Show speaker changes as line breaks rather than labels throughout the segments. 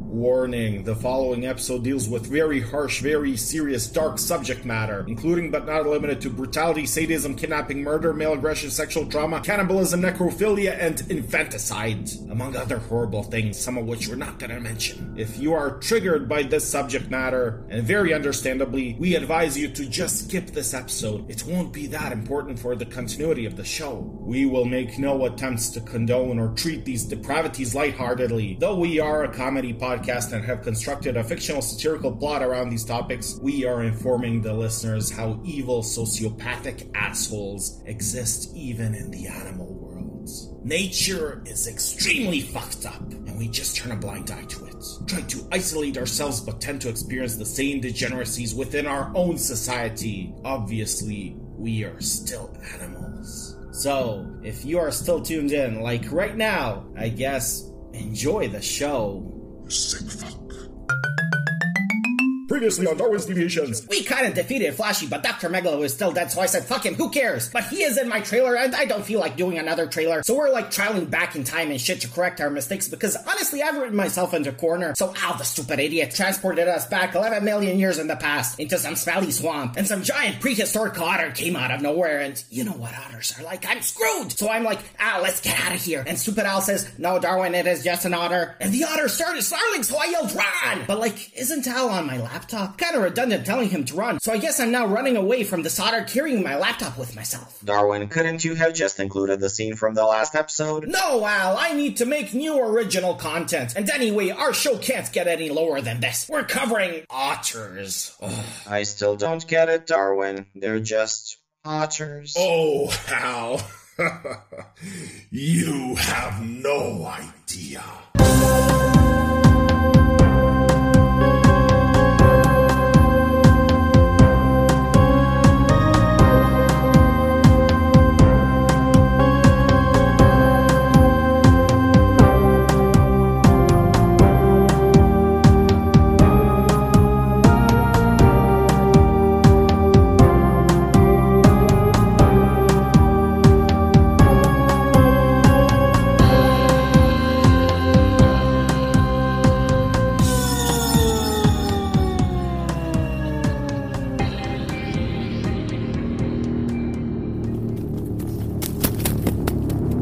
Warning the following episode deals with very harsh, very serious, dark subject matter, including but not limited to brutality, sadism, kidnapping, murder, male aggression, sexual trauma, cannibalism, necrophilia, and infanticide, among other horrible things, some of which we're not gonna mention. If you are triggered by this subject matter, and very understandably, we advise you to just skip this episode. It won't be that important for the continuity of the show. We will make no attempts to condone or treat these depravities lightheartedly. Though we are a comedy podcast and have constructed a fictional satirical plot around these topics, we are informing the listeners how evil sociopathic assholes exist even in the animal worlds. Nature is extremely fucked up, and we just turn a blind eye to it. Try to isolate ourselves, but tend to experience the same degeneracies within our own society. Obviously, we are still animals. So, if you are still tuned in, like right now, I guess enjoy the show.
Sick fuck.
Previously on Darwin's Deviations. We kind of defeated Flashy, but Dr. Megalo is still dead, so I said, fuck him, who cares? But he is in my trailer, and I don't feel like doing another trailer, so we're like traveling back in time and shit to correct our mistakes because honestly, I've written myself into a corner. So, ow, the stupid idiot transported us back 11 million years in the past into some smelly swamp, and some giant prehistoric otter came out of nowhere, and you know what otters are like, I'm screwed! So I'm like, ah, let's get out of here. And stupid Al says, no, Darwin, it is just an otter. And the otter started snarling, so I yelled, run! But like, isn't Al on my laptop? Kinda redundant telling him to run, so I guess I'm now running away from this otter carrying my laptop with myself.
Darwin, couldn't you have just included the scene from the last episode?
No, Al, I need to make new original content. And anyway, our show can't get any lower than this. We're covering otters. Ugh.
I still don't get it, Darwin. They're just otters.
Oh, how? you have no idea.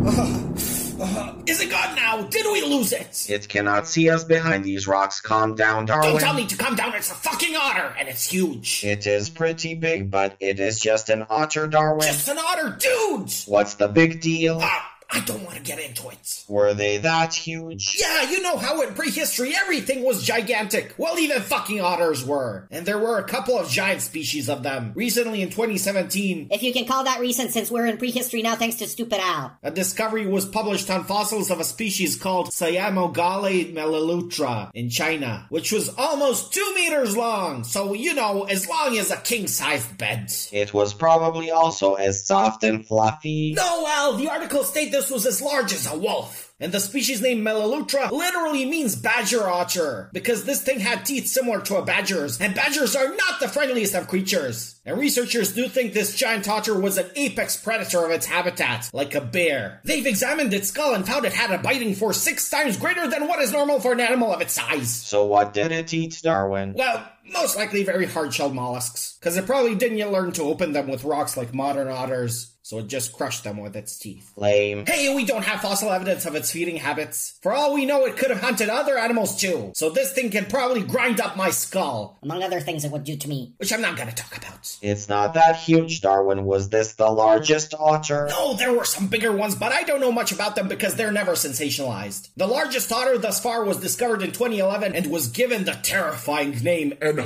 uh, Is it gone now? Did we lose it?
It cannot see us behind these rocks. Calm down, Darwin.
Don't tell me to come down. It's a fucking otter, and it's huge.
It is pretty big, but it is just an otter, Darwin.
Just an otter, dude.
What's the big deal?
Ah, I don't want to get into it.
Were they that huge?
Yeah, you know how in prehistory everything was gigantic. Well, even fucking otters were. And there were a couple of giant species of them. Recently in 2017,
If you can call that recent since we're in prehistory now thanks to Stupid Al.
a discovery was published on fossils of a species called Siamogale melilutra in China, which was almost two meters long. So, you know, as long as a king-sized bed.
It was probably also as soft and fluffy.
No, Al, the article state this was as large as a wolf. And the species name Melaleutra literally means badger otter, because this thing had teeth similar to a badger's, and badgers are not the friendliest of creatures. And researchers do think this giant otter was an apex predator of its habitat, like a bear. They've examined its skull and found it had a biting force six times greater than what is normal for an animal of its size.
So what did it eat, Darwin?
Well, most likely very hard-shelled mollusks, because it probably didn't learn to open them with rocks like modern otters, so it just crushed them with its teeth.
Lame.
Hey, we don't have fossil evidence of its feeding habits. For all we know, it could have hunted other animals too, so this thing can probably grind up my skull,
Among other things it would do to me.
which I'm not gonna talk about.
It's not that huge, Darwin. Was this the largest otter?
No, Oh, there were some bigger ones, but I don't know much about them because they're never sensationalized. The largest otter thus far was discovered in 2011 and was given the terrifying name
And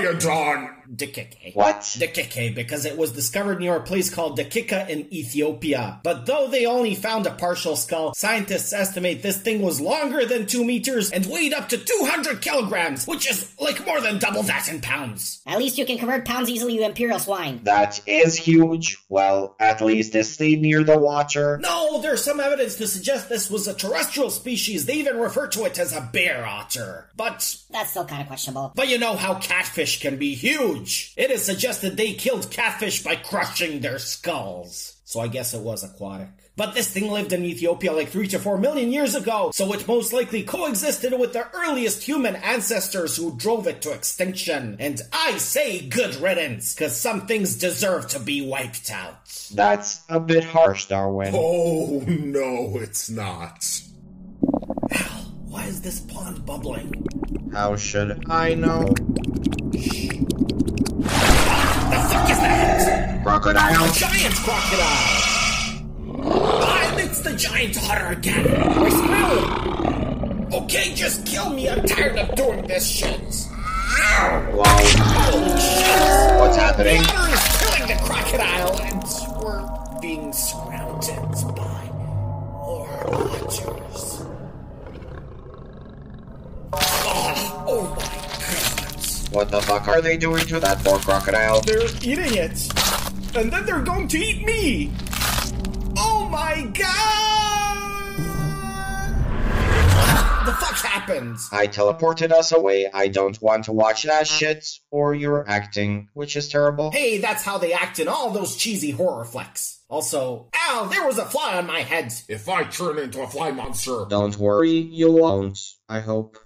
Hydriodon.
Dikike.
What?
Dikike, because it was discovered near a place called Dikika in Ethiopia. But though they only found a partial skull, scientists estimate this thing was longer than 2 meters and weighed up to 200 kilograms, which is like more than double that in pounds.
At least you can convert pounds easily, you imperial swine.
That is huge. Well, at least it stayed near the water.
No, there's some evidence to suggest this was a terrestrial species. They even refer to it as a bear otter. But
That's still kind of questionable.
But you know how catfish can be huge. It is suggested they killed catfish by crushing their skulls. So I guess it was aquatic. But this thing lived in Ethiopia like 3 to 4 million years ago, so it most likely coexisted with the earliest human ancestors who drove it to extinction. And I say good riddance, cause some things deserve to be wiped out.
That's a bit harsh, Darwin.
Oh, no, it's not.
Why is this pond bubbling?
How should I know?
The fuck is that?
Crocodile?
Giant crocodile! Ah, it's the giant otter again! We're screwed! Okay, just kill me, I'm tired of doing this shit!
Wow,
Holy shit!
what's happening?
The otter is killing the crocodile, and we're being surrounded by more watchers. Oh, oh my god!
What the fuck are they doing to that poor crocodile?
They're eating it. And then they're going to eat me. Oh my god! the fuck happens?
I teleported us away. I don't want to watch that shit or your acting, which is terrible.
Hey, that's how they act in all those cheesy horror flicks. Also, ow, there was a fly on my head.
If I turn into a fly monster,
Don't worry, you won't. I hope.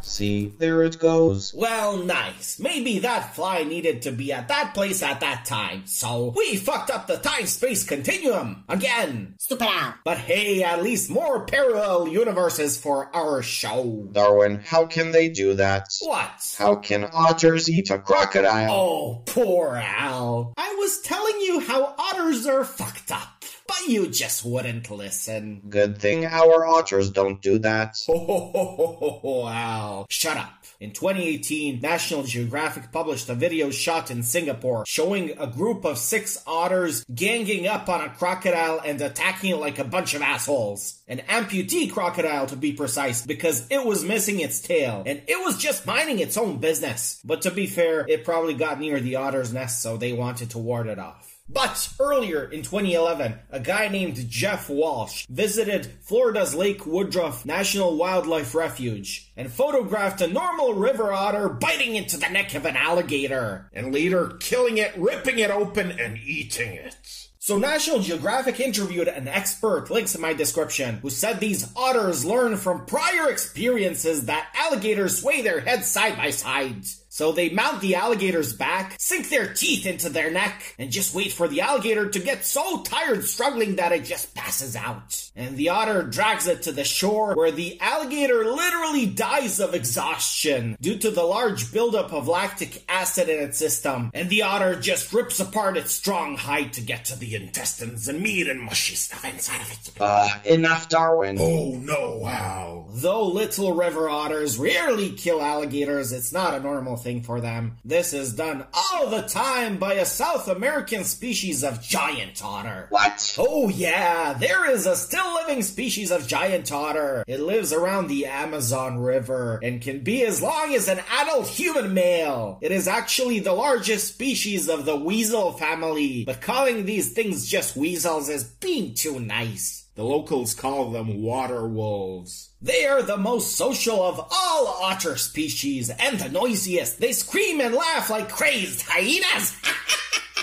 See, there it goes.
Well, nice. Maybe that fly needed to be at that place at that time, so we fucked up the time space continuum again.
Stupid Al.
But hey, at least more parallel universes for our show.
Darwin, how can they do that?
What?
How can otters eat a crocodile?
Oh, poor Al. I was telling you how otters are fucked up, but you just wouldn't listen.
Good thing our otters don't do that.
Ho, ho, ho, ho, ho, ho, Al. Shut up. In 2018, National Geographic published a video shot in Singapore showing a group of six otters ganging up on a crocodile and attacking it like a bunch of assholes. An amputee crocodile, to be precise, because it was missing its tail and it was just minding its own business. But to be fair, it probably got near the otter's nest, so they wanted to ward it off. But earlier in 2011, a guy named Jeff Walsh visited Florida's Lake Woodruff National Wildlife Refuge and photographed a normal river otter biting into the neck of an alligator.
and later killing it, ripping it open, and eating it.
So National Geographic interviewed an expert, links in my description, who said these otters learn from prior experiences that alligators sway their heads side by side. So they mount the alligator's back, sink their teeth into their neck, and just wait for the alligator to get so tired struggling that it just passes out. And the otter drags it to the shore where the alligator literally dies of exhaustion due to the large buildup of lactic acid in its system. And the otter just rips apart its strong hide to get to the intestines and meat and mushy stuff inside of it.
Uh, enough, Darwin.
Oh no, Al.
Though little river otters rarely kill alligators, it's not a normal thing for them. This is done all the time by a South American species of giant otter.
What?
Oh yeah, there is a still living species of giant otter. It lives around the Amazon River and can be as long as an adult human male. It is actually the largest species of the weasel family, but calling these things just weasels is being too nice.
The locals call them water wolves.
They are the most social of all otter species and the noisiest. They scream and laugh like crazed hyenas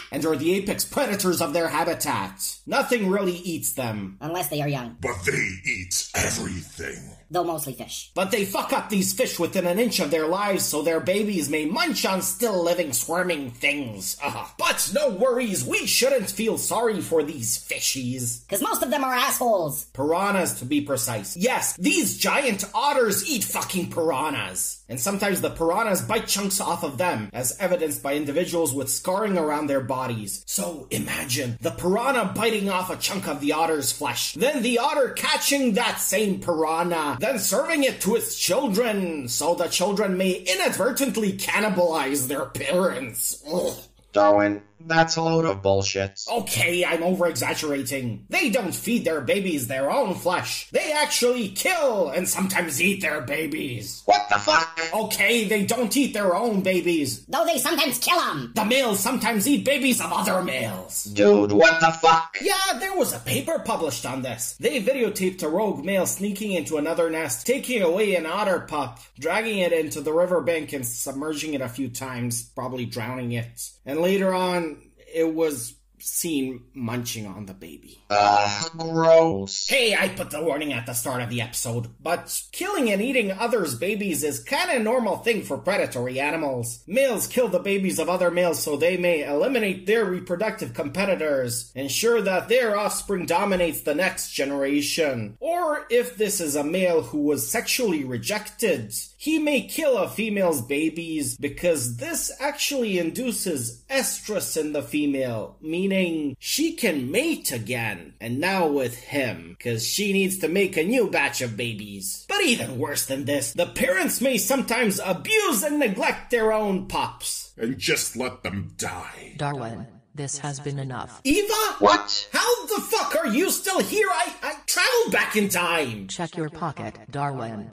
and are the apex predators of their habitat. Nothing really eats them.
Unless they are young.
But they eat everything.
Though mostly fish.
But they fuck up these fish within an inch of their lives so their babies may munch on still living squirming things. Ugh. But no worries, we shouldn't feel sorry for these fishies.
Cause most of them are assholes.
Piranhas to be precise. Yes, these giant otters eat fucking piranhas. And sometimes the piranhas bite chunks off of them, as evidenced by individuals with scarring around their bodies. So imagine the piranha biting off a chunk of the otter's flesh, then the otter catching that same piranha, then serving it to its children, so the children may inadvertently cannibalize their parents. Ugh.
Darwin, that's a load of bullshit.
Okay, I'm over exaggerating. They don't feed their babies their own flesh. They actually kill and sometimes eat their babies.
What the fuck?
Okay, they don't eat their own babies.
Though they sometimes kill them.
The males sometimes eat babies of other males.
Dude, what the fuck?
Ah,
Yeah, there was a paper published on this. They videotaped a rogue male sneaking into another nest, taking away an otter pup, dragging it into the riverbank and submerging it a few times, probably drowning it. And later on, it was
seen munching on the baby.
Uh, gross.
Hey, I put the warning at the start of the episode.
But killing and eating others' babies is kinda normal thing for predatory animals. Males kill the babies of other males so they may eliminate their reproductive competitors, ensure that their offspring dominates the next generation. Or if this is a male who was sexually rejected, he may kill a female's babies because this actually induces estrus in the female, meaning she can mate again, and now with him, because she needs to make a new batch of babies. But even worse than this, the parents may sometimes abuse and neglect their own pups.
And just let them die.
Darwin, this has been enough.
Eva?
What?
How the fuck are you still here? I, I traveled back in time!
Check your pocket, Darwin.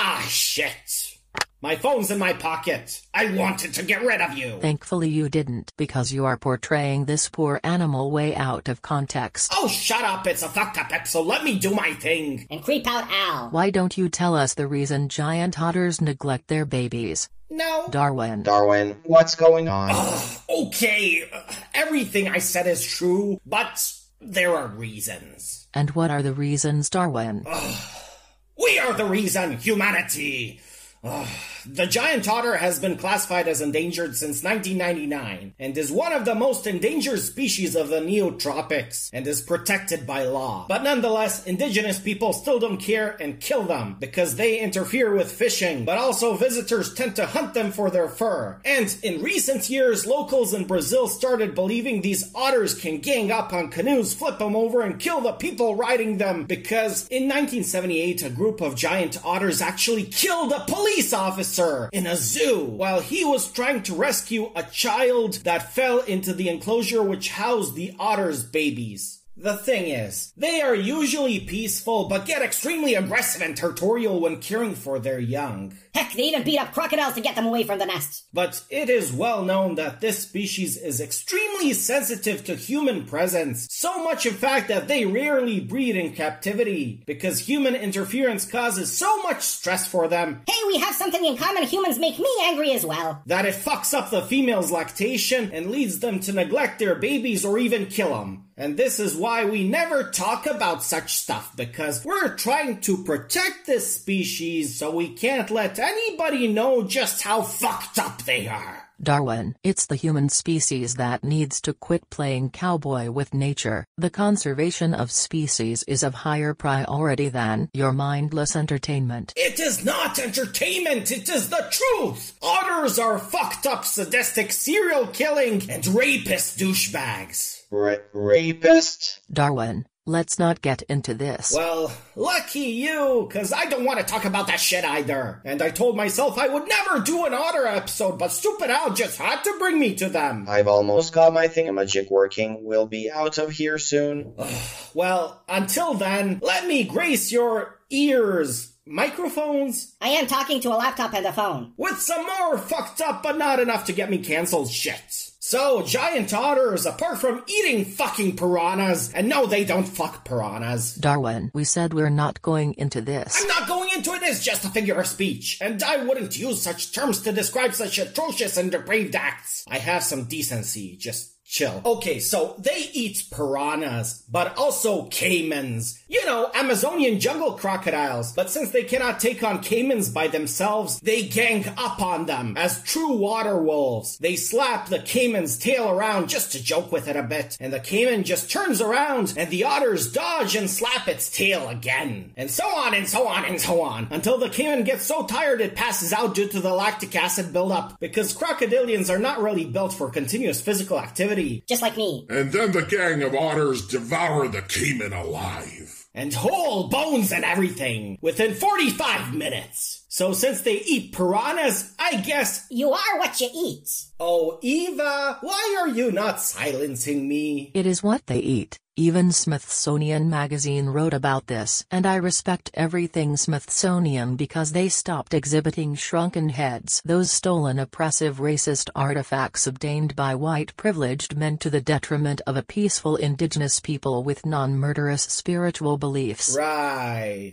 Ah, shit. My phone's in my pocket. I wanted to get rid of you.
Thankfully, you didn't, because you are portraying this poor animal way out of context.
Oh, shut up. It's a fucked up episode. Let me do my thing.
And creep out Al.
Why don't you tell us the reason giant otters neglect their babies?
No.
Darwin.
Darwin, what's going on?
Okay, uh, everything I said is true, but there are reasons.
And what are the reasons, Darwin?
We are the reason, humanity! Ugh. the giant otter has been classified as endangered since 1999 and is one of the most endangered species of the neotropics and is protected by law. But nonetheless, indigenous people still don't care and kill them because they interfere with fishing, but also visitors tend to hunt them for their fur. And in recent years, locals in Brazil started believing these otters can gang up on canoes, flip them over, and kill the people riding them because in 1978, a group of giant otters actually killed a police officer in a zoo while he was trying to rescue a child that fell into the enclosure which housed the otter's babies. The thing is, they are usually peaceful but get extremely aggressive and territorial when caring for their young.
Heck, they even beat up crocodiles to get them away from the nest.
But it is well known that this species is extremely sensitive to human presence. So much, in fact, that they rarely breed in captivity because human interference causes so much stress for them
Hey, we have something in common. Humans make me angry as well.
that it fucks up the female's lactation and leads them to neglect their babies or even kill them. And this is why we never talk about such stuff because we're trying to protect this species so we can't let anybody know just how fucked up they are.
Darwin, it's the human species that needs to quit playing cowboy with nature. The conservation of species is of higher priority than your mindless entertainment.
It is not entertainment, it is the truth! Otters are fucked up, sadistic serial killing and rapist douchebags.
Ra- rapist?
Darwin, let's not get into this.
Well, lucky you, cause I don't want to talk about that shit either. And I told myself I would never do an otter episode, but stupid Al just had to bring me to them.
I've almost got my thingamajig working. We'll be out of here soon.
Well, until then, let me grace your ears, microphones,
I am talking to a laptop and a phone.
with some more fucked up but not enough to get me canceled shit. So, giant otters, apart from eating fucking piranhas, and no, they don't fuck piranhas.
Darwin, we said we're not going into this.
I'm not going into it as just a figure of speech, and I wouldn't use such terms to describe such atrocious and depraved acts. I have some decency, just chill. Okay, so they eat piranhas, but also caimans. You know, Amazonian jungle crocodiles, but since they cannot take on caimans by themselves, they gang up on them as true water wolves. They slap the caiman's tail around just to joke with it a bit, and the caiman just turns around and the otters dodge and slap its tail again. And so on and so on and so on, until the caiman gets so tired it passes out due to the lactic acid buildup, because crocodilians are not really built for continuous physical activity.
Just like me.
And then the gang of otters devour the caiman alive.
and whole bones and everything within 45 minutes. So since they eat piranhas, I guess.
You are what you eat.
Oh, Eva, why are you not silencing me?
It is what they eat. Even Smithsonian Magazine wrote about this, and I respect everything Smithsonian because they stopped exhibiting shrunken heads, those stolen oppressive racist artifacts obtained by white privileged men to the detriment of a peaceful indigenous people with non murderous spiritual beliefs.
Right.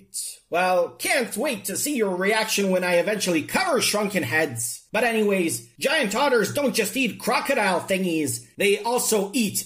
Well, can't wait to see your reaction when I eventually cover Shrunken Heads. But anyways, giant otters don't just eat crocodile thingies, they also eat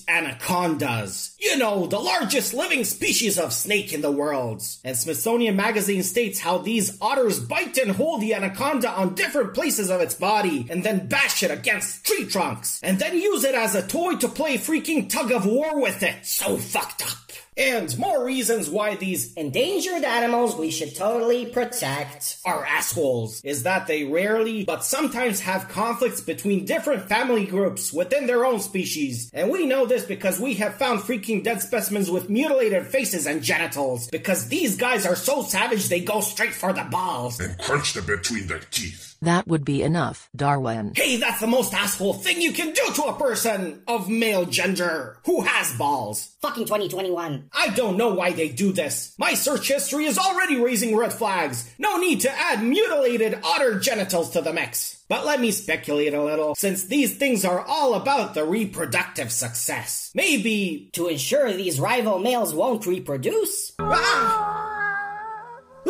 anacondas. You know, the largest living species of snake in the world. And Smithsonian Magazine states how these otters bite and hold the anaconda on different places of its body and then bash it against tree trunks and then use it as a toy to play freaking tug of war with it. So fucked up. And more reasons why these
Endangered animals we should totally protect.
are assholes is that they rarely but sometimes have conflicts between different family groups within their own species. And we know this because we have found freaking dead specimens with mutilated faces and genitals because these guys are so savage they go straight for the balls.
and crunch them between their teeth.
That would be enough, Darwin.
Hey, that's the most asshole thing you can do to a person of male gender who has balls.
Fucking 2021.
I don't know why they do this. My search history is already raising red flags. No need to add mutilated otter genitals to the mix. But let me speculate a little, since these things are all about the reproductive success. Maybe.
To ensure these rival males won't reproduce?
Ah!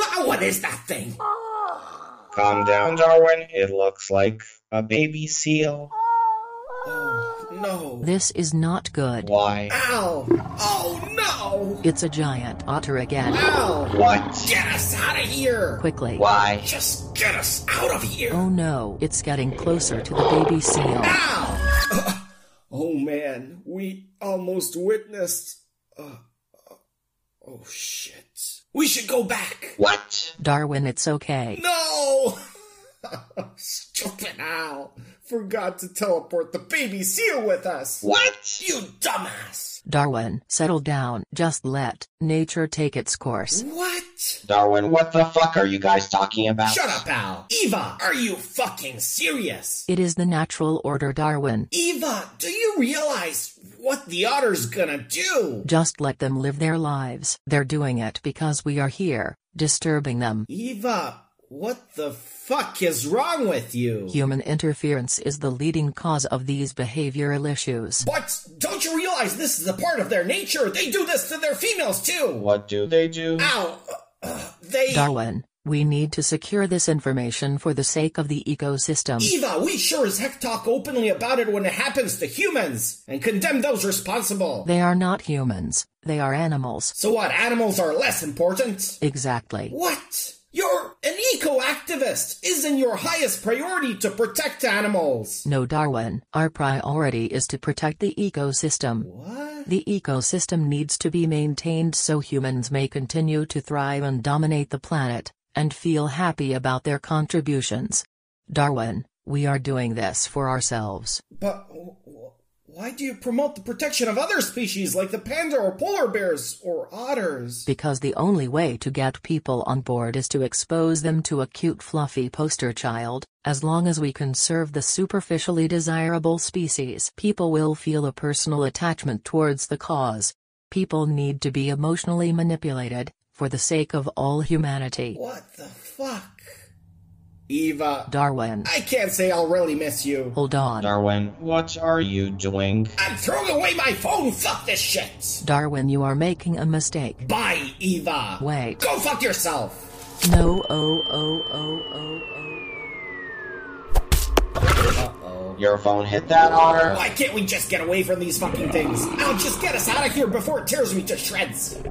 Ah, what is that thing?
Calm down, Darwin. It looks like a baby seal.
No.
This is not good.
Why?
Ow! Oh no!
It's a giant otter again.
Ow!
What?
Get us out of here!
Quickly.
Why?
Just get us out of here!
Oh no, it's getting closer to the baby seal.
Ow! oh man, we almost witnessed. Uh, uh, oh shit. We should go back.
What?
Darwin, it's okay.
No! Stupid Al forgot to teleport the baby seal with us.
What?
You dumbass!
Darwin, settle down. Just let nature take its course.
What?
Darwin, what the fuck are you guys talking about?
Shut up, Al. Eva, are you fucking serious?
It is the natural order, Darwin.
Eva, do you realize what the otter's gonna do?
Just let them live their lives. They're doing it because we are here, disturbing them.
Eva, what the fuck is wrong with you?
Human interference is the leading cause of these behavioral issues.
But don't you realize this is a part of their nature? They do this to their females too.
What do they do?
Ow! Uh, uh, they.
Darwin, we need to secure this information for the sake of the ecosystem.
Eva, we sure as heck talk openly about it when it happens to humans and condemn those responsible.
They are not humans, they are animals.
so what? Animals are less important?
Exactly.
What? You're an eco activist. Isn't your highest priority to protect animals?
No, Darwin, our priority is to protect the ecosystem.
What?
The ecosystem needs to be maintained so humans may continue to thrive and dominate the planet, and feel happy about their contributions. Darwin, we are doing this for ourselves.
But w- w- why do you promote the protection of other species like the panda or polar bears or otters?
Because the only way to get people on board is to expose them to a cute fluffy poster child, as long as we conserve the superficially desirable species. People will feel a personal attachment towards the cause. People need to be emotionally manipulated, for the sake of all humanity.
What the fuck? Eva,
Darwin,
I can't say I'll really miss you.
hold on.
Darwin, what are you doing?
I'm throwing away my phone, fuck this shit!
Darwin, you are making a mistake.
Bye, Eva!
Wait.
Go fuck yourself!
No, oh, oh, oh, oh, oh.
Your phone hit that otter?
Why can't we just get away from these fucking things? Al, just get us out of here before it tears me to shreds!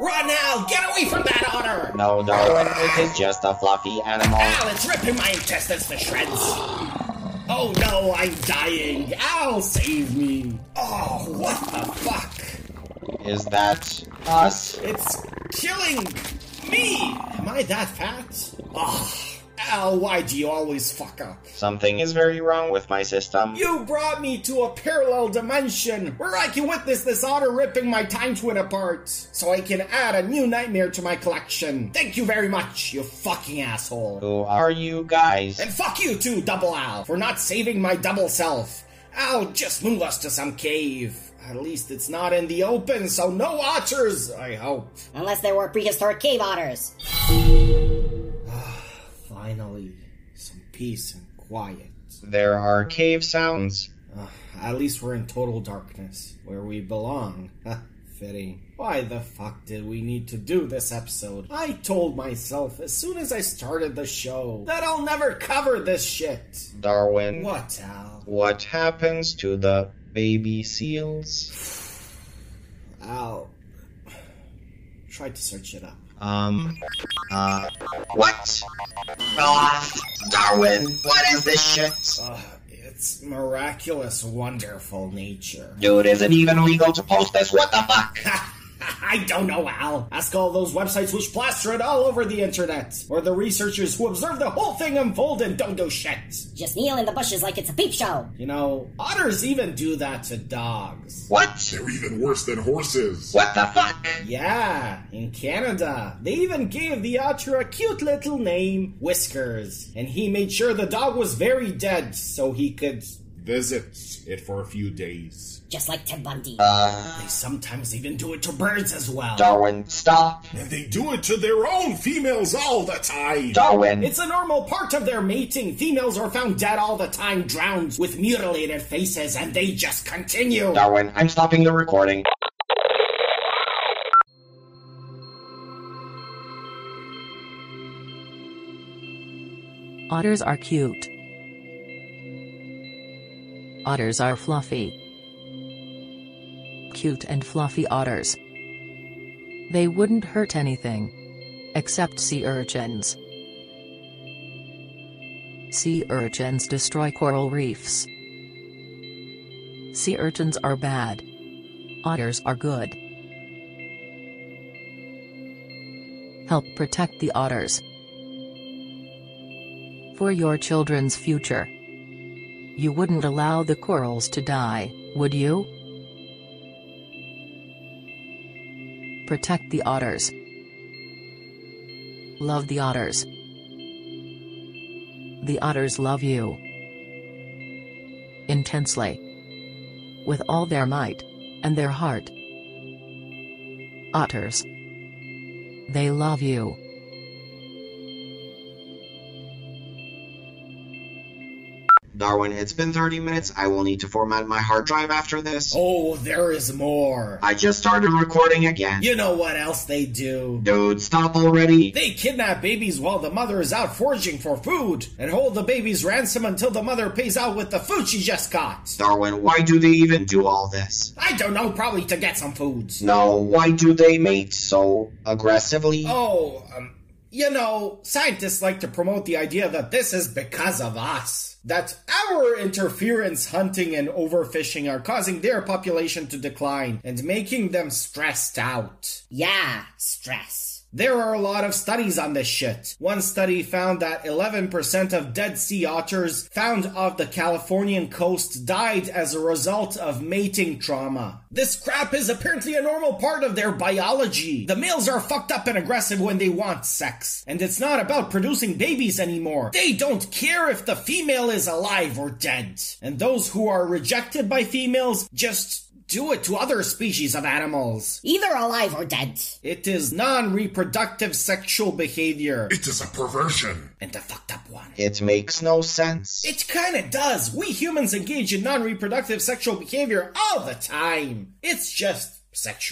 Run, Al! Get away from that otter!
No, Darwin, it is just a fluffy animal.
Al, it's ripping my intestines to shreds! Oh no, I'm dying! Al, save me! Oh, what the fuck?
Is that us?
It's killing me! Am I that fat? Ah, Al, why do you always fuck up?
Something is very wrong with my system.
You brought me to a parallel dimension where I can witness this otter ripping my time twin apart so I can add a new nightmare to my collection. Thank you very much, you fucking asshole.
Who are you guys?
And fuck you too, Double Al, for not saving my double self. Al, just move us to some cave. At least it's not in the open, so no otters, I hope.
Unless there were prehistoric cave otters.
Finally, some peace and quiet. Uh,
There are cave sounds.
At least we're in total darkness, where we belong. fitting. Why the fuck did we need to do this episode? I told myself as soon as I started the show that I'll never cover this shit.
Darwin,
What, Al?
what happens to the baby seals?
Al. Tried to search it up.
Um, uh, what? Ah, Darwin, what is this shit?
Ugh, Uh, it's miraculous, wonderful nature.
Dude, is it even legal to post this? What the fuck?
I don't know, Al. Ask all those websites which plaster it all over the internet, or the researchers who observe the whole thing unfold and don't do shit.
Just kneel in the bushes like it's a peep show.
You know, otters even do that to dogs.
What?
They're even worse than horses.
What the fuck?
Yeah, in Canada, they even gave the otter a cute little name, Whiskers, and he made sure the dog was very dead so he could.
Visit it for a few days.
Just like Ted Bundy.
They sometimes even do it to birds as well.
Darwin, stop.
And they do it to their own females all the time.
Darwin.
It's a normal part of their mating. Females are found dead all the time, drowned with mutilated faces, and they just continue.
Darwin, I'm stopping the recording.
Otters are cute. Otters are fluffy. Cute and fluffy otters. They wouldn't hurt anything. Except sea urchins. Sea urchins destroy coral reefs. Sea urchins are bad. Otters are good. Help protect the otters for your children's future. You wouldn't allow the corals to die, would you? Protect the otters. Love the otters. The otters love you. Intensely. With all their might. And their heart. Otters. They love you.
Darwin, it's been 30 minutes. I will need to format my hard drive after this.
Oh, there is more.
I just started recording again.
You know what else they do?
Dude, stop already.
They kidnap babies while the mother is out foraging for food and hold the babies ransom until the mother pays out with the food she just got.
Darwin, why do they even do all this?
I don't know, probably to get some food.
No, why do they mate so aggressively?
Oh, um, you know, scientists like to promote the idea that this is because of us. That our interference, hunting, and overfishing are causing their population to decline and making them stressed out.
yeah, stress.
There are a lot of studies on this shit. One study found that 11% of dead sea otters found off the Californian coast died as a result of mating trauma. This crap is apparently a normal part of their biology. The males are fucked up and aggressive when they want sex. And it's not about producing babies anymore. They don't care if the female is alive or dead. And those who are rejected by females just do it to other species of animals.
Either alive or dead.
It is non reproductive sexual behavior.
It is a perversion.
And the fucked up one.
It makes no sense.
It kinda does. We humans engage in non reproductive sexual behavior all the time. It's just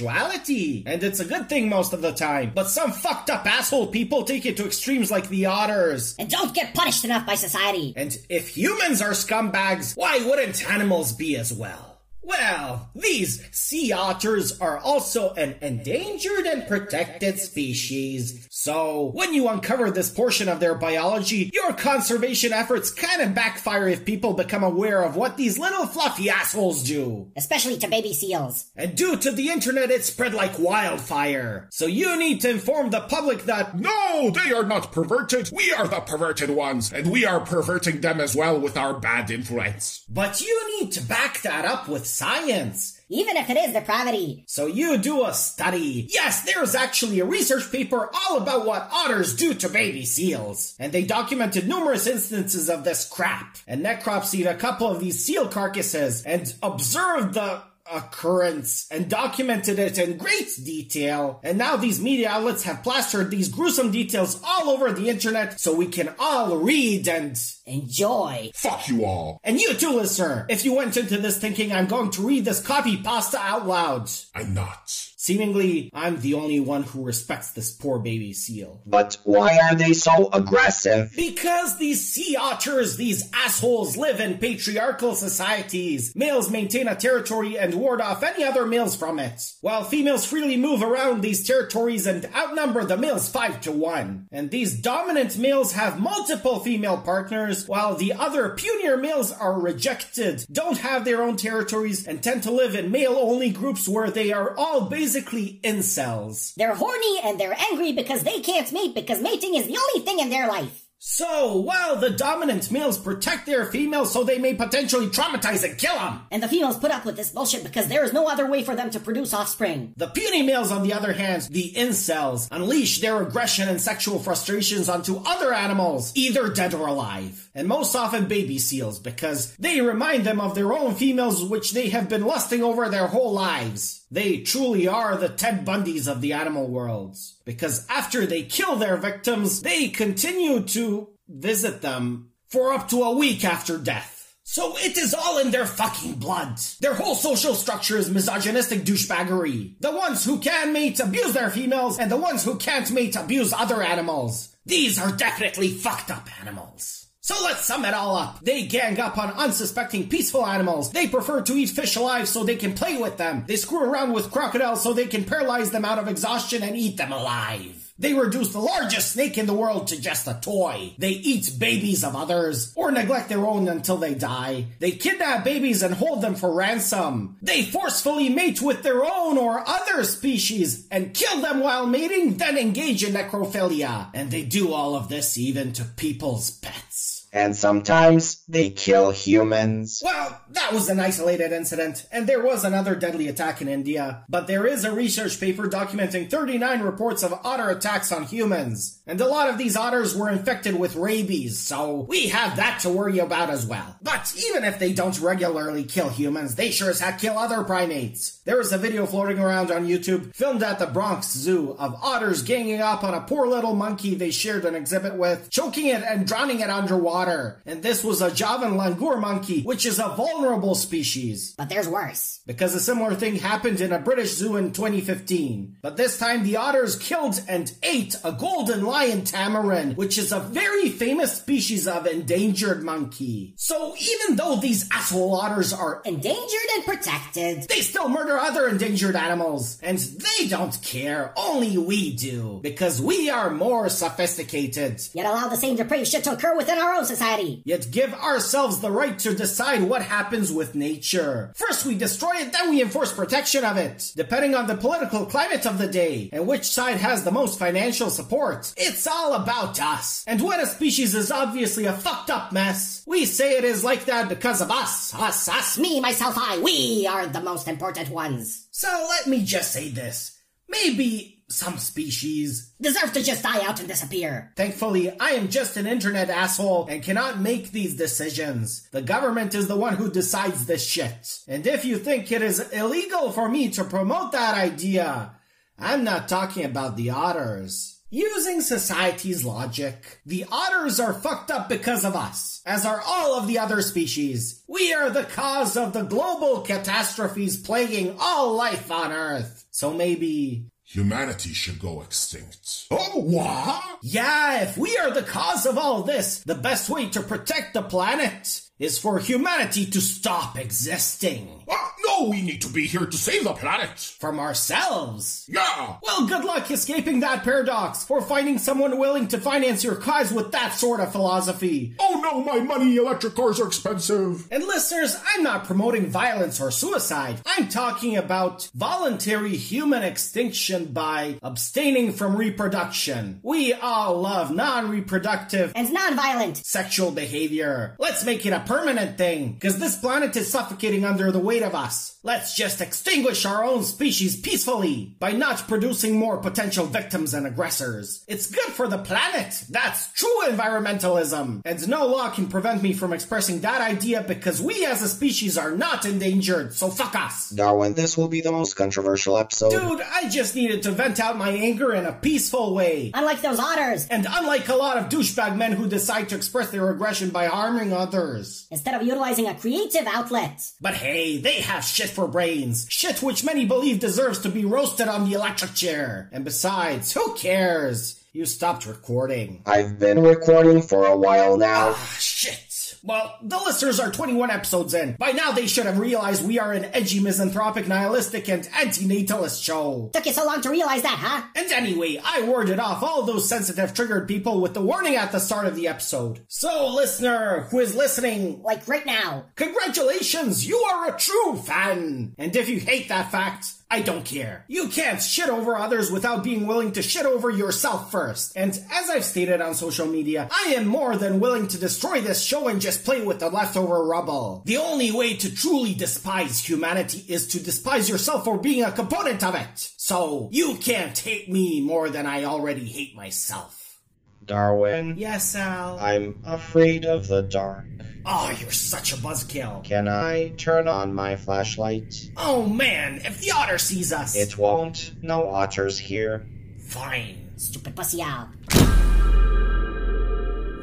sexuality. And it's a good thing most of the time. But some fucked up asshole people take it to extremes like the otters.
And don't get punished enough by society.
And if humans are scumbags, why wouldn't animals be as well? Well, these sea otters are also an endangered and protected species. So, when you uncover this portion of their biology, your conservation efforts kind of backfire if people become aware of what these little fluffy assholes do.
Especially to baby seals.
And due to the internet, it spread like wildfire. So you need to inform the public that
No, they are not perverted. We are the perverted ones, and we are perverting them as well with our bad influence.
But you need to back that up with science.
Even if it is depravity.
So you do a study. Yes, there's actually a research paper all about what otters do to baby seals. And they documented numerous instances of this crap and necropsied a couple of these seal carcasses and observed the occurrence and documented it in great detail. And now these media outlets have plastered these gruesome details all over the internet so we can all read and
Enjoy.
Fuck you all.
and you too, listener, if you went into this thinking I'm going to read this copy pasta out loud,
I'm not.
Seemingly, I'm the only one who respects this poor baby seal.
But why are they so aggressive?
Because these sea otters, these assholes, live in patriarchal societies. Males maintain a territory and ward off any other males from it, while females freely move around these territories and outnumber the males 5 to 1. And these dominant males have multiple female partners, while the other punier males are rejected, don't have their own territories, and tend to live in male only groups where they are all basically incels.
They're horny and they're angry because they can't mate because mating is the only thing in their life.
So, while the dominant males protect their females so they may potentially traumatize and kill them,
And the females put up with this bullshit because there is no other way for them to produce offspring.
the puny males, on the other hand, the incels, unleash their aggression and sexual frustrations onto other animals, either dead or alive. And most often baby seals, because they remind them of their own females which they have been lusting over their whole lives. They truly are the Ted Bundys of the animal worlds. Because after they kill their victims, they continue to visit them for up to a week after death. So it is all in their fucking blood. Their whole social structure is misogynistic douchebaggery. The ones who can mate abuse their females, and the ones who can't mate abuse other animals. These are definitely fucked up animals. So let's sum it all up. They gang up on unsuspecting peaceful animals. They prefer to eat fish alive so they can play with them. They screw around with crocodiles so they can paralyze them out of exhaustion and eat them alive. They reduce the largest snake in the world to just a toy. They eat babies of others, or neglect their own until they die. They kidnap babies and hold them for ransom. They forcefully mate with their own or other species and kill them while mating, then engage in necrophilia. And they do all of this even to people's pets.
And sometimes they kill humans.
Well, that was an isolated incident, and there was another deadly attack in India, but there is a research paper documenting 39 reports of otter attacks on humans, and a lot of these otters were infected with rabies, so we have that to worry about as well. But even if they don't regularly kill humans, they sure as heck kill other primates. There is a video floating around on YouTube, filmed at the Bronx Zoo, of otters ganging up on a poor little monkey they shared an exhibit with, choking it and drowning it underwater. And this was a Javan langur monkey, which is a vulnerable species.
But there's worse.
Because a similar thing happened in a British zoo in 2015. But this time the otters killed and ate a golden lion tamarin, which is a very famous species of endangered monkey. So even though these asshole otters are
Endangered and protected.
they still murder other endangered animals, and they don't care. Only we do, because we are more sophisticated.
Yet allow the same depraved shit to occur within our own society.
Yet give ourselves the right to decide what happens with nature. First we destroy it, then we enforce protection of it, depending on the political climate of the day and which side has the most financial support. It's all about us. And when a species is obviously a fucked up mess, we say it is like that because of us, us, us,
Me, myself, I, we are the most important ones.
So let me just say this. Maybe some species.
Deserve to just die out and disappear.
Thankfully, I am just an internet asshole and cannot make these decisions. The government is the one who decides this shit. And if you think it is illegal for me to promote that idea, I'm not talking about the otters. Using society's logic, the otters are fucked up because of us, as are all of the other species. We are the cause of the global catastrophes plaguing all life on Earth. So maybe
Humanity should go extinct. Oh, what?
Yeah, if we are the cause of all this, the best way to protect the planet is for humanity to stop existing.
Ah, no, we need to be here to save the planet.
From ourselves.
Yeah.
Well, good luck escaping that paradox, or finding someone willing to finance your cause with that sort of philosophy.
Oh no, my money. Electric cars are expensive.
And listeners, I'm not promoting violence or suicide. I'm talking about voluntary human extinction by abstaining from reproduction. We all love non-reproductive
And non-violent.
sexual behavior. Let's make it a permanent thing, because this planet is suffocating under the weight of us. Let's just extinguish our own species peacefully by not producing more potential victims and aggressors. It's good for the planet. That's true environmentalism. And no law can prevent me from expressing that idea because we as a species are not endangered, so fuck us.
Darwin, this will be the most controversial episode.
Dude, I just needed to vent out my anger in a peaceful way.
Unlike those otters.
And unlike a lot of douchebag men who decide to express their aggression by harming others.
Instead of utilizing a creative outlet.
But hey, they have shit for brains. Shit which many believe deserves to be roasted on the electric chair. And besides, who cares? You stopped recording.
I've been recording for a while now.
Ah, shit. Well, the listeners are 21 episodes in. By now, they should have realized we are an edgy, misanthropic, nihilistic, and antinatalist show.
Took you so long to realize that, huh?
And anyway, I warded off all those sensitive, triggered people with the warning at the start of the episode. So, listener who is listening,
Like right now.
Congratulations, you are a true fan! And if you hate that fact, I don't care. You can't shit over others without being willing to shit over yourself first. And as I've stated on social media, I am more than willing to destroy this show and just play with the leftover rubble. The only way to truly despise humanity is to despise yourself for being a component of it. So, you can't hate me more than I already hate myself.
Darwin,
Yes, Al.
I'm afraid of the dark.
Oh, you're such a buzzkill.
Can I turn on my flashlight?
Oh man, if the otter sees us.
It won't. No otters here.
Fine.
Stupid pussy owl.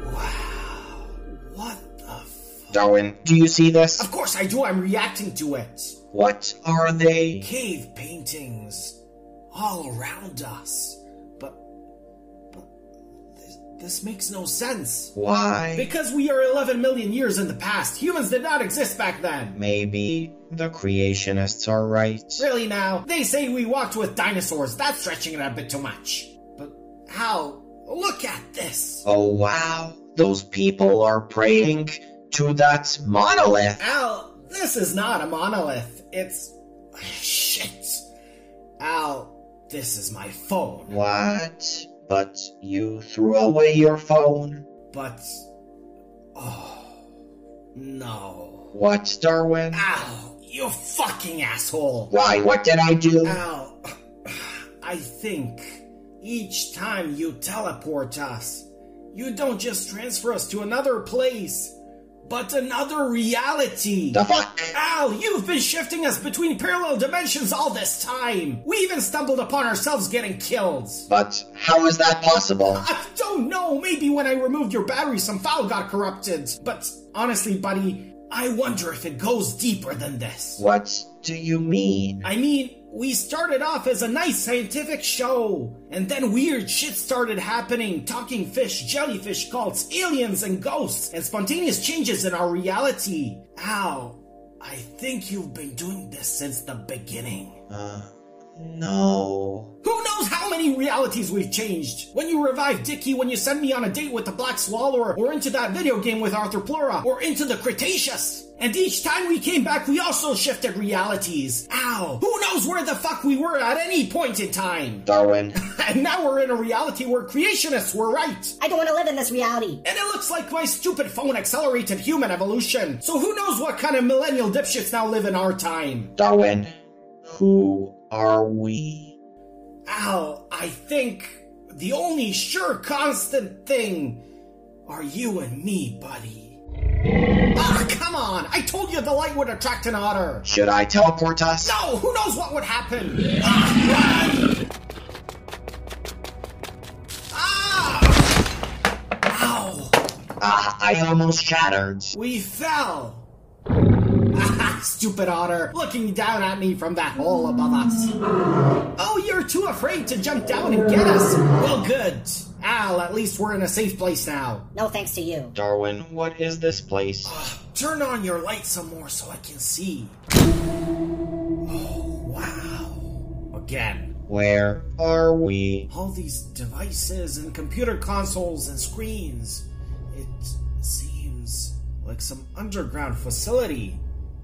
Wow. What the f-
Darwin, do you see
Of
this?
course I do, I'm reacting to it.
What are they?
Cave paintings all around us. But but this, this makes no sense.
Why?
Because we are 11 million years in the past. Humans did not exist back then.
Maybe the creationists are right.
Really now, they say we walked with dinosaurs. That's stretching it a bit too much. But how? Look at this.
Oh wow, those people are praying to that monolith.
Al, this is not a monolith. It's. Shit. Al, this is my phone.
What? But you threw away your phone.
But. Oh. No.
What, Darwin?
Al, you fucking asshole.
Why? What did I do?
Al, I think each time you teleport us, you don't just transfer us to another place, but another reality.
The fuck?
Al, you've been shifting us between parallel dimensions all this time. We even stumbled upon ourselves getting killed.
But how is that possible?
I don't know, maybe when I removed your battery, some file got corrupted. But honestly, buddy, I wonder if it goes deeper than this.
What do you mean?
I mean, we started off as a nice scientific show, and then weird shit started happening talking fish, jellyfish cults, aliens, and ghosts, and spontaneous changes in our reality. Ow, I think you've been doing this since the beginning.
Uh, no.
Who knows how many realities we've changed? When you revive Dickie, when you send me on a date with the Black Swallower, or into that video game with Arthur Plura, or into the Cretaceous. And each time we came back, we also shifted realities. Ow! Who knows where the fuck we were at any point in time?
Darwin,
And now we're in a reality where creationists were right.
I don't want to live in this reality.
And it looks like my stupid phone accelerated human evolution. So who knows what kind of millennial dipshits now live in our time?
Darwin, who are we?
Al, I think the only sure constant thing are you and me, buddy. Ah, come on! I told you the light would attract an otter!
Should I teleport us?
No, who knows what would happen? Ah, run! Ah! Ow!
Ah, I almost shattered.
We fell! Ah, Stupid otter, looking down at me from that hole above us. Oh, you're too afraid to jump down and get us. Well, good. Al, at least we're in a safe place now.
No thanks to you.
Darwin, what is this place?
Turn on your light some more so I can see. Oh, wow. Again.
Where are we?
All these devices and computer consoles and screens. It seems like some underground facility,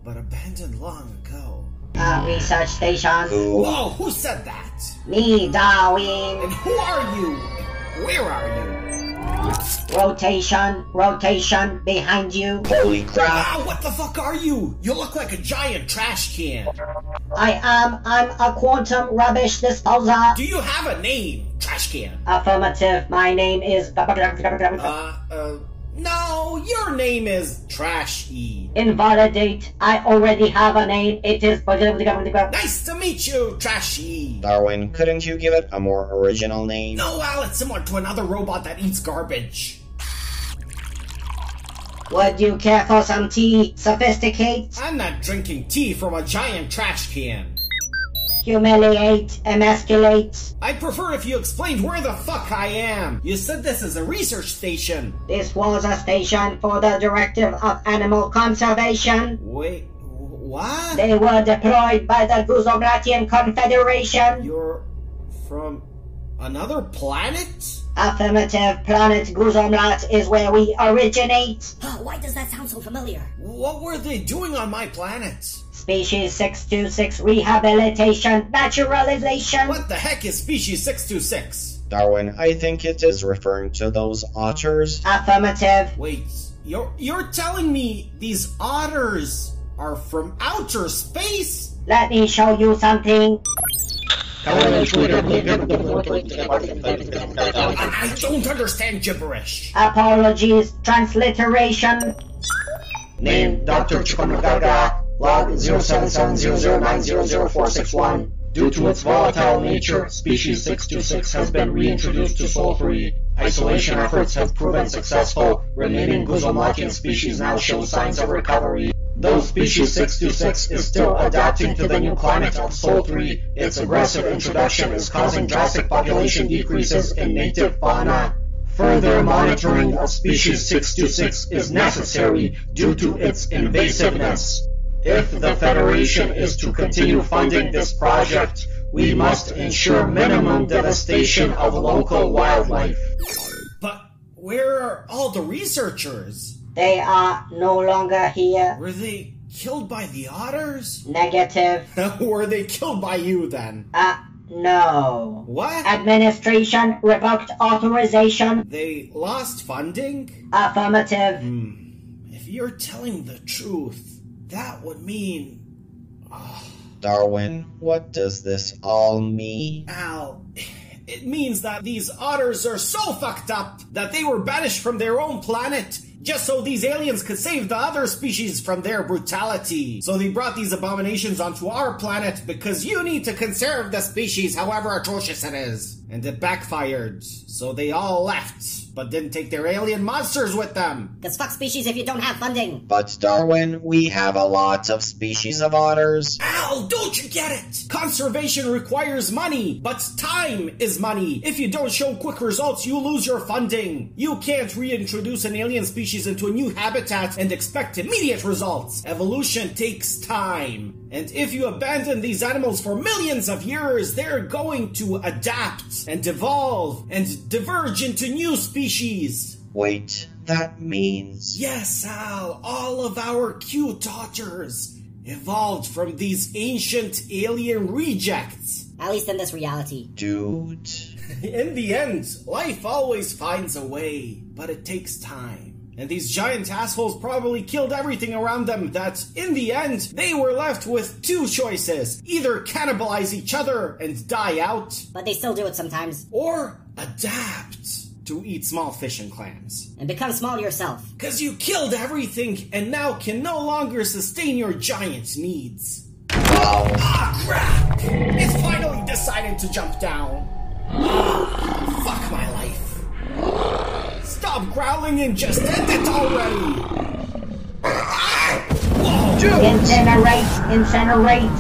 but abandoned long ago.
Uh, research station.
Who?
Whoa, who said that?
Me, Darwin.
And who are you? Where are you?
Rotation, rotation, behind you.
Holy crap!
Ah, what the fuck are you? You look like a giant trash can.
I am, I'm a quantum rubbish disposer.
Do you have a name, trash can?
Affirmative, my name is...
Uh, uh, no, your name is Trashy.
Invalidate, I already have a name, it is...
Nice to meet you, Trashy.
Darwin, couldn't you give it a more original name?
No, Al, it's similar to another robot that eats garbage.
Would you care for some tea, sophisticate,
I'm not drinking tea from a giant trash can.
humiliate, emasculate?
I'd prefer if you explained where the fuck I am. You said this is a research station.
This was a station for the Directive of Animal Conservation.
Wait, wh- what?
They were deployed by the Guzobratian Confederation.
You're from another planet?
Affirmative planet Guzomlat is where we originate.
Oh, why does that sound so familiar?
What were they doing on my planet?
Species 626 rehabilitation, naturalization.
What the heck is species 626?
Darwin, I think it is referring to those otters.
Affirmative.
Wait, you're you're telling me these otters are from outer space?
Let me show you something.
I don't understand gibberish.
Apologies, transliteration.
Name Dr. Chukwamagada, log 077009004661. Due to its volatile nature, species 626 has been reintroduced to Solfree. Isolation efforts have proven successful. Remaining Guzomlakian species now show signs of recovery. Though species 626 is still adapting to the new climate of Sol 3, its aggressive introduction is causing drastic population decreases in native fauna. Further monitoring of species 626 is necessary due to its invasiveness. If the Federation is to continue funding this project, we must ensure minimum devastation of local wildlife.
But where are all the researchers?
They are no longer here.
Were they killed by the otters?
Negative.
Were they killed by you then?
Uh, no.
What?
Administration revoked authorization.
They lost funding?
Mm.
Affirmative.
If you're telling the truth, that would mean.
Darwin, what does this all mean?
Al. It means that these otters are so fucked up that they were banished from their own planet just so these aliens could save the other species from their brutality. So they brought these abominations onto our planet because you need to conserve the species however atrocious it is. And it backfired. So they all left, but didn't take their alien monsters with them.
Because fuck species if you don't have funding.
But Darwin, we have a lot of species of otters.
Al, don't you get it? Conservation requires money, but time is money. If you don't show quick results, you lose your funding. You can't reintroduce an alien species into a new habitat and expect immediate results. Evolution takes time. And if you abandon these animals for millions of years, they're going to adapt and evolve and diverge into new species.
Wait, that means.
Yes, Al, all of our cute daughters evolved from these ancient alien rejects.
At least in this reality.
Dude.
In the end, life always finds a way, but it takes time. And these giant assholes probably killed everything around them that, in the end, they were left with two choices. Either cannibalize each other and die out,
But they still do it sometimes.
or adapt to eat small fish and clams.
And become small yourself.
Because you killed everything and now can no longer sustain your giant needs. Ah, crap! It's finally decided to jump down. Ah, fuck my life. Stop growling and just end it already!
Incinerate, incinerate.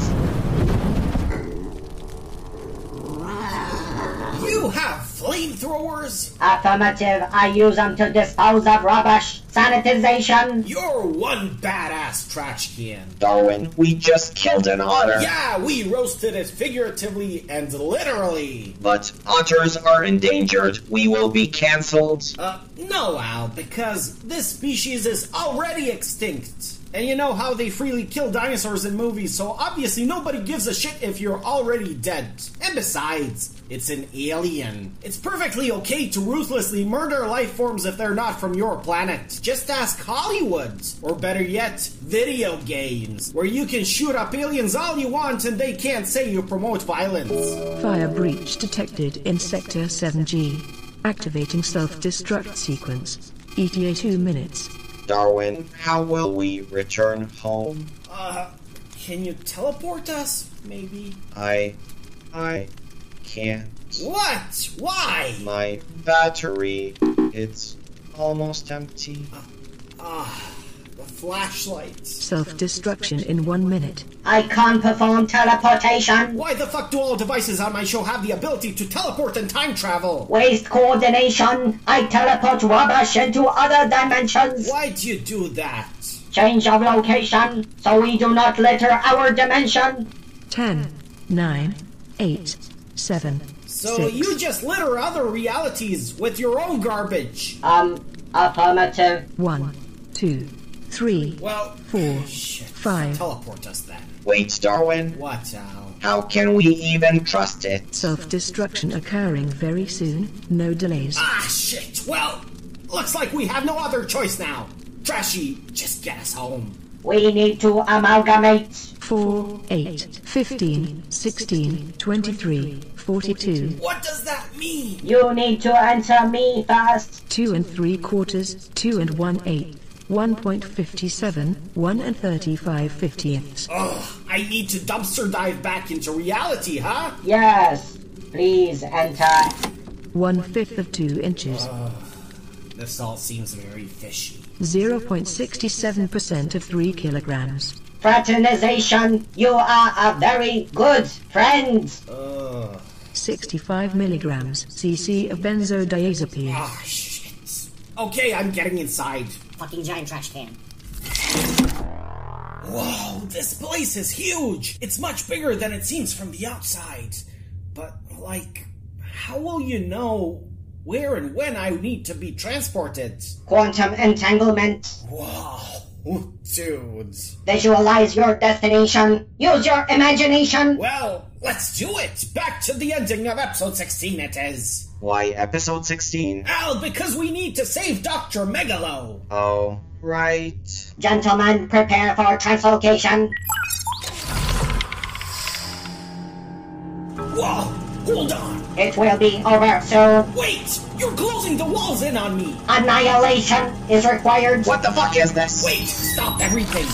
You have flamethrowers?
Affirmative. I use them to dispose of rubbish. Sanitization.
You're one badass trash can.
Darwin, we just killed an otter.
Yeah, we roasted it figuratively and literally.
But otters are endangered. We will be cancelled.
Uh, no, Al, because this species is already extinct. And you know how they freely kill dinosaurs in movies, so obviously nobody gives a shit if you're already dead. And besides, it's an alien. It's perfectly okay to ruthlessly murder life forms if they're not from your planet. Just ask Hollywood, or better yet, video games, where you can shoot up aliens all you want and they can't say you promote violence.
Fire breach detected in Sector 7G. Activating self-destruct sequence. E ETA 2 minutes.
Darwin, how will we return home?
Uh, can you teleport us, maybe?
I. I. can't.
What? Why?
My battery. It's almost empty.
Ah, the flashlight.
Self destruction in one minute.
I can't perform teleportation.
Why the fuck do all devices on my show have the ability to teleport and time travel?
Waste coordination. I teleport rubbish into other dimensions.
Why do you do that?
Change of location so we do not litter our dimension.
10, 9, 8, 7.
So
six.
you just litter other realities with your own garbage.
Um, affirmative.
1, 2, 3,
Well,
hmm.
4,
shit.
5.
Teleport us then.
Wait, Darwin,
What, Al?
how can we even trust it?
Self destruction occurring very soon, no delays.
Ah, shit. Well, looks like we have no other choice now. Trashy, just get us home.
We need to amalgamate.
4, 8, 15, 16, 23, 42,
What does that mean?
You need to answer me first.
2 and 3 quarters, 2 and 1 eighth, 1.57, 1 and 35 fiftieths.
Ugh, I need to dumpster dive back into reality, huh?
Yes. Please enter.
1 fifth of 2 inches,
This all seems very fishy.
0.67% of 3 kilograms.
Fraternization. You are a very good friend.
65 milligrams cc of benzodiazepine.
Ah, shit. Okay, I'm getting inside.
Fucking giant trash can.
Whoa, this place is huge! It's much bigger than it seems from the outside. But, like, how will you know where and when I need to be transported?
Quantum entanglement.
Whoa, dude.
Visualize your destination. Use your imagination.
Well, let's do it! Back to the ending of episode 16 it is.
Why, episode 16?
Al, because we need to save Dr. Megalo!
Oh, right.
Gentlemen, prepare for translocation.
Whoa, hold on!
It will be over soon.
Wait! You're closing the walls in on me!
Annihilation is required.
What the fuck is this?
Wait! Stop everything!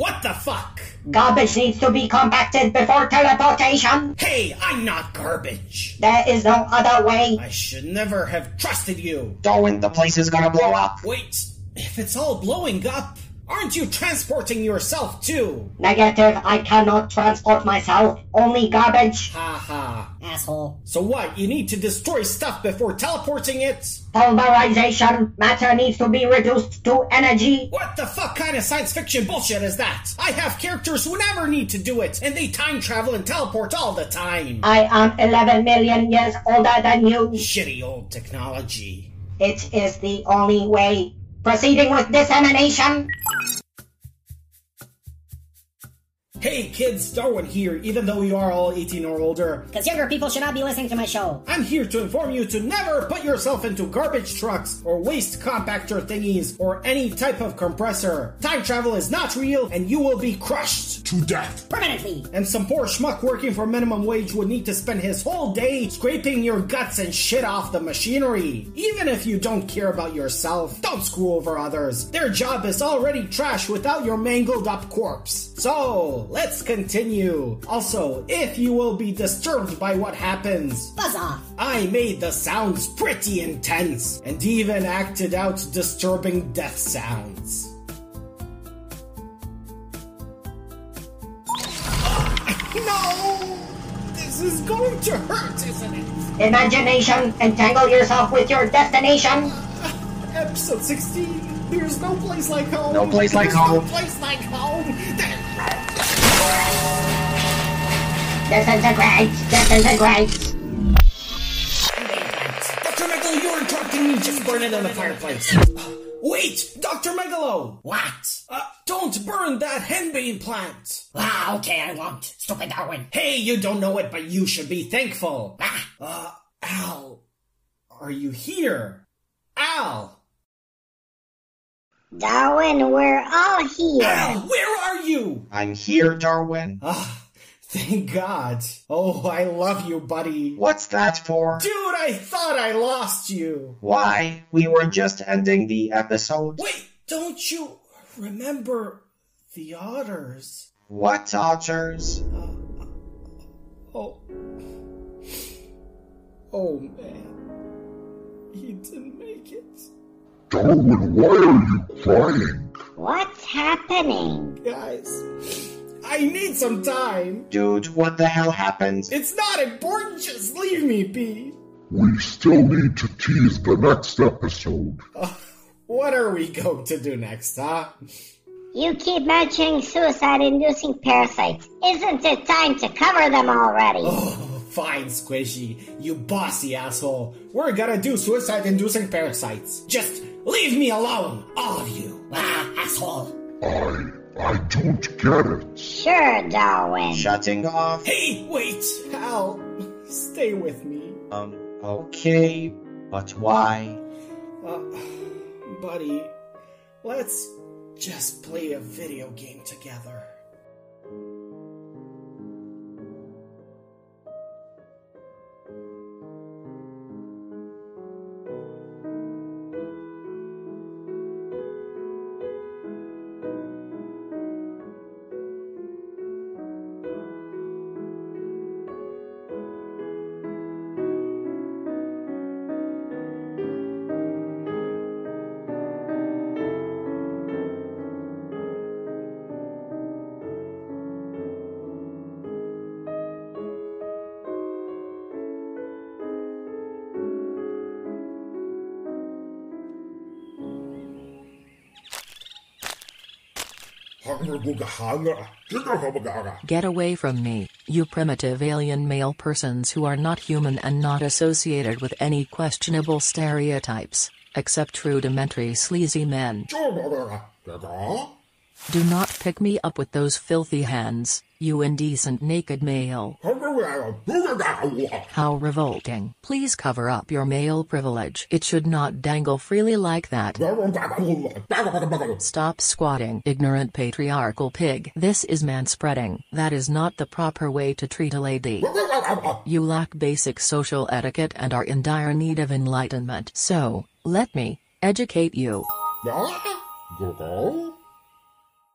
What the fuck?
Garbage needs to be compacted before teleportation.
Hey, I'm not garbage!
There is no other way.
I should never have trusted you!
Darwin, the place is gonna blow up.
Wait, if it's all blowing up, aren't you transporting yourself too?
Negative, I cannot transport myself. Only garbage.
Haha.
Asshole.
So what, you need to destroy stuff before teleporting it?
Pulverization. Matter needs to be reduced to energy.
What the fuck kind of science fiction bullshit is that? I have characters who never need to do it, and they time travel and teleport all the time.
I am 11 million years older than you.
Shitty old technology.
It is the only way. Proceeding with dissemination.
Hey kids, Darwin here, even though you are all 18 or older.
Because younger people should not be listening to my show.
I'm here to inform you to never put yourself into garbage trucks or waste compactor thingies or any type of compressor. Time travel is not real and you will be crushed.
To death.
Permanently.
And some poor schmuck working for minimum wage would need to spend his whole day scraping your guts and shit off the machinery. Even if you don't care about yourself, don't screw over others. Their job is already trash without your mangled up corpse. So, let's continue. Also, if you will be disturbed by what happens,
Buzz off.
I made the sounds pretty intense and even acted out disturbing death sounds. no! This is going to hurt, isn't it?
Imagination. Entangle yourself with your destination.
Episode 16. There's no place like home.
No place like
There's
home.
No place like home. There-
Disintegrate. Disintegrate.
Dr. Megalo, you're interrupting me. Just burn it on the fireplace. Wait, Dr. Megalo!
What?
Uh, don't burn that henbane plant!
Ah, okay, I won't. Stupid Darwin.
Hey, you don't know it, but you should be thankful.
Ah,
Uh, Al, are you here? Al,
Darwin, we're all here.
Al, where are you?
I'm here, Darwin.
Ah, thank God. Oh, I love you, buddy.
What's that for?
Dude, I thought I lost you.
Why? We were just ending the episode.
Wait, don't you remember the otters?
What, otters?
Oh, oh man, he didn't make it.
Darwin, why are you crying?
What's happening?
Guys. I need some time.
Dude, what the hell happened?
It's not important. Just leave me be.
We still need to tease the next episode. Uh,
what are we going to do next, huh?
You keep mentioning suicide inducing parasites. Isn't it time to cover them already?
Oh, fine, Squishy. You bossy asshole. We're gonna do suicide inducing parasites. Just leave me alone, all of you. Ah, asshole.
I I don't get it.
Sure, Darwin.
Shutting off.
Hey, wait, Hal. Stay with me.
Um, okay, but why?
Uh, buddy, let's just play a video game together.
Get away from me, you primitive alien male persons who are not human and not associated with any questionable stereotypes, except rudimentary sleazy men. Do not pick me up with those filthy hands, you indecent naked male. How revolting. Please cover up your male privilege. It should not dangle freely like that. Stop squatting, ignorant patriarchal pig. This is manspreading. That is not the proper way to treat a lady. You lack basic social etiquette and are in dire need of enlightenment. So, let me educate you.